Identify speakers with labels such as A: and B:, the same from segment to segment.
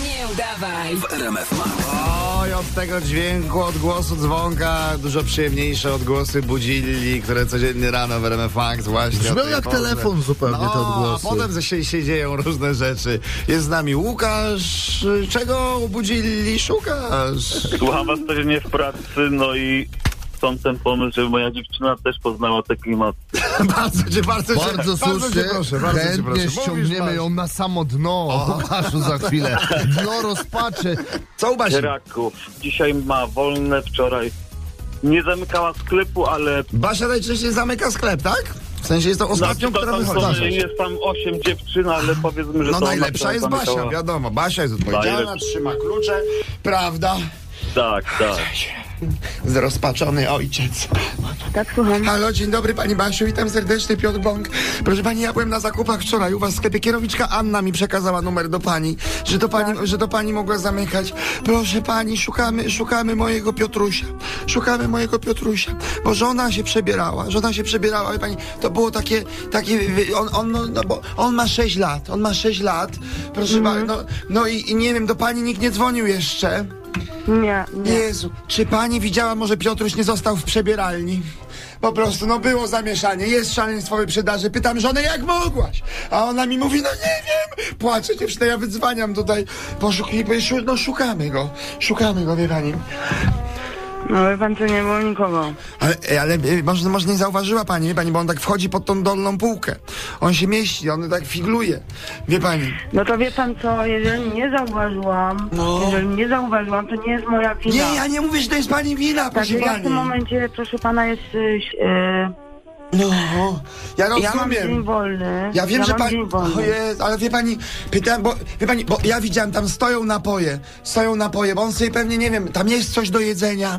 A: Wstawaj,
B: Oj, od tego dźwięku, od głosu dzwonka dużo przyjemniejsze odgłosy budzili, które codziennie rano w RMF Max właśnie. o
C: Brzmią
B: tej
C: jak
B: porze.
C: telefon zupełnie
B: no,
C: te odgłosy.
B: A potem się, się dzieją różne rzeczy. Jest z nami Łukasz. Czego budzili szukasz?
D: Słucham was codziennie w pracy, no i stąd ten pomysł, żeby moja dziewczyna też poznała te klimaty.
B: bardzo cię, bardzo, cię,
C: Bardzo słusznie,
B: cię proszę, bardzo cię proszę.
C: chętnie
B: Mówisz,
C: ściągniemy
B: masz.
C: ją na samo dno, Łukaszu, za chwilę. Dno rozpaczy.
B: Co u Basi?
D: Raków. Dzisiaj ma wolne, wczoraj nie zamykała sklepu, ale
B: Basia najczęściej zamyka sklep, tak? W sensie jest to
D: na
B: ostatnią,
D: przykład
B: która
D: tam
B: wychodzi.
D: są, jest tam 8 dziewczyn, ale powiedzmy, że
B: No
D: to
B: najlepsza
D: ona
B: jest
D: zamykała.
B: Basia, wiadomo. Basia jest odpowiedzialna,
D: Najlepsza.
B: trzyma klucze, prawda?
D: Tak, tak.
B: Zrozpaczony ojciec.
E: Tak, słucham.
B: Halo, dzień dobry pani Basiu, witam serdecznie, Piotr Bąk. Proszę pani, ja byłem na zakupach wczoraj u was w sklepie. Kierowniczka Anna mi przekazała numer do pani, że to
E: Tak.
B: pani, że to pani mogła zamykać. Proszę pani, szukamy, szukamy mojego Piotrusia. Szukamy mojego Piotrusia, bo żona się przebierała, żona się przebierała, wie pani, to było takie, takie, wy- on, on, no, no, bo on ma 6 lat, on ma 6 lat, proszę
E: Mhm.
B: pani, no, no i, i nie wiem, do pani nikt nie dzwonił jeszcze.
E: Nie, nie.
B: Jezu, czy pani widziała, może Piotruś nie został w przebieralni? Po prostu, no było zamieszanie, jest szaleństwo wyprzedaży. Pytam żonę, jak mogłaś? A ona mi mówi, no nie wiem, płaczę dziewczynę, ja wydzwaniam tutaj. Poszukuj, poszu- no szukamy go, szukamy go, wie pani.
E: No, wie pan, co nie było nikogo.
B: Ale, ej, ale ej, może, no, może nie zauważyła pani, wie pani, bo on tak wchodzi pod tą dolną półkę. On się mieści, on tak figluje, wie pani.
E: No to wie pan co, jeżeli nie zauważyłam,
B: No.
E: jeżeli nie zauważyłam, to nie jest moja wina.
B: Nie, ja nie mówię, że to jest pani wina, proszę
E: Także Tak, ja w
B: pani.
E: tym momencie, proszę pana, jest... y, ś- y,
B: No, ja
E: ja mam
B: rozumiem.
E: dzień wolny.
B: Ja wiem, że
E: mam
B: pani.
E: dzień wolny.
B: O Jezu, ale wie pani, pytałem, bo wie pani, bo ja widziałem, tam stoją napoje. Stoją napoje, bo on sobie pewnie nie wiem, tam jest coś do jedzenia.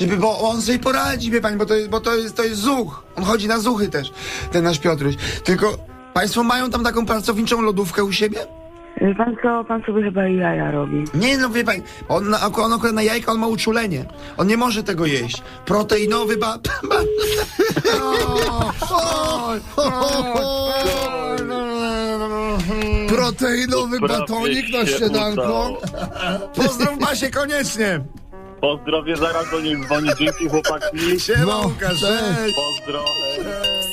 B: Żeby, bo on sobie poradzi, wie pani, bo to jest, bo to jest, to jest zuch. On chodzi na zuchy też, ten nasz Piotruś. Tylko państwo mają tam taką pracowniczą lodówkę u siebie?
E: Wie pan co, pan sobie chyba i jaja robi.
B: Nie, no wie pani, on, na- on akurat na jajka, on ma uczulenie. On nie może tego jeść. Proteinowy ba... ba o, o, o.
C: Proteinowy
D: Prawie
C: batonik na
D: się
C: śniadanko.
D: udało.
B: Pozdrów Basie koniecznie.
D: Pozdrowie, zaraz do niej dzwonię. Dzięki chłopaki.
B: Siema
C: No,
B: Łukasz.
C: cześć.
B: Cześć.
D: Pozdro.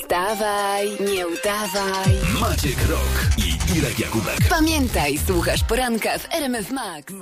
A: wstawaj, nie udawaj. Maciek Rok i Irek Jakubek. Pamiętaj, słuchasz poranka w RMF Max.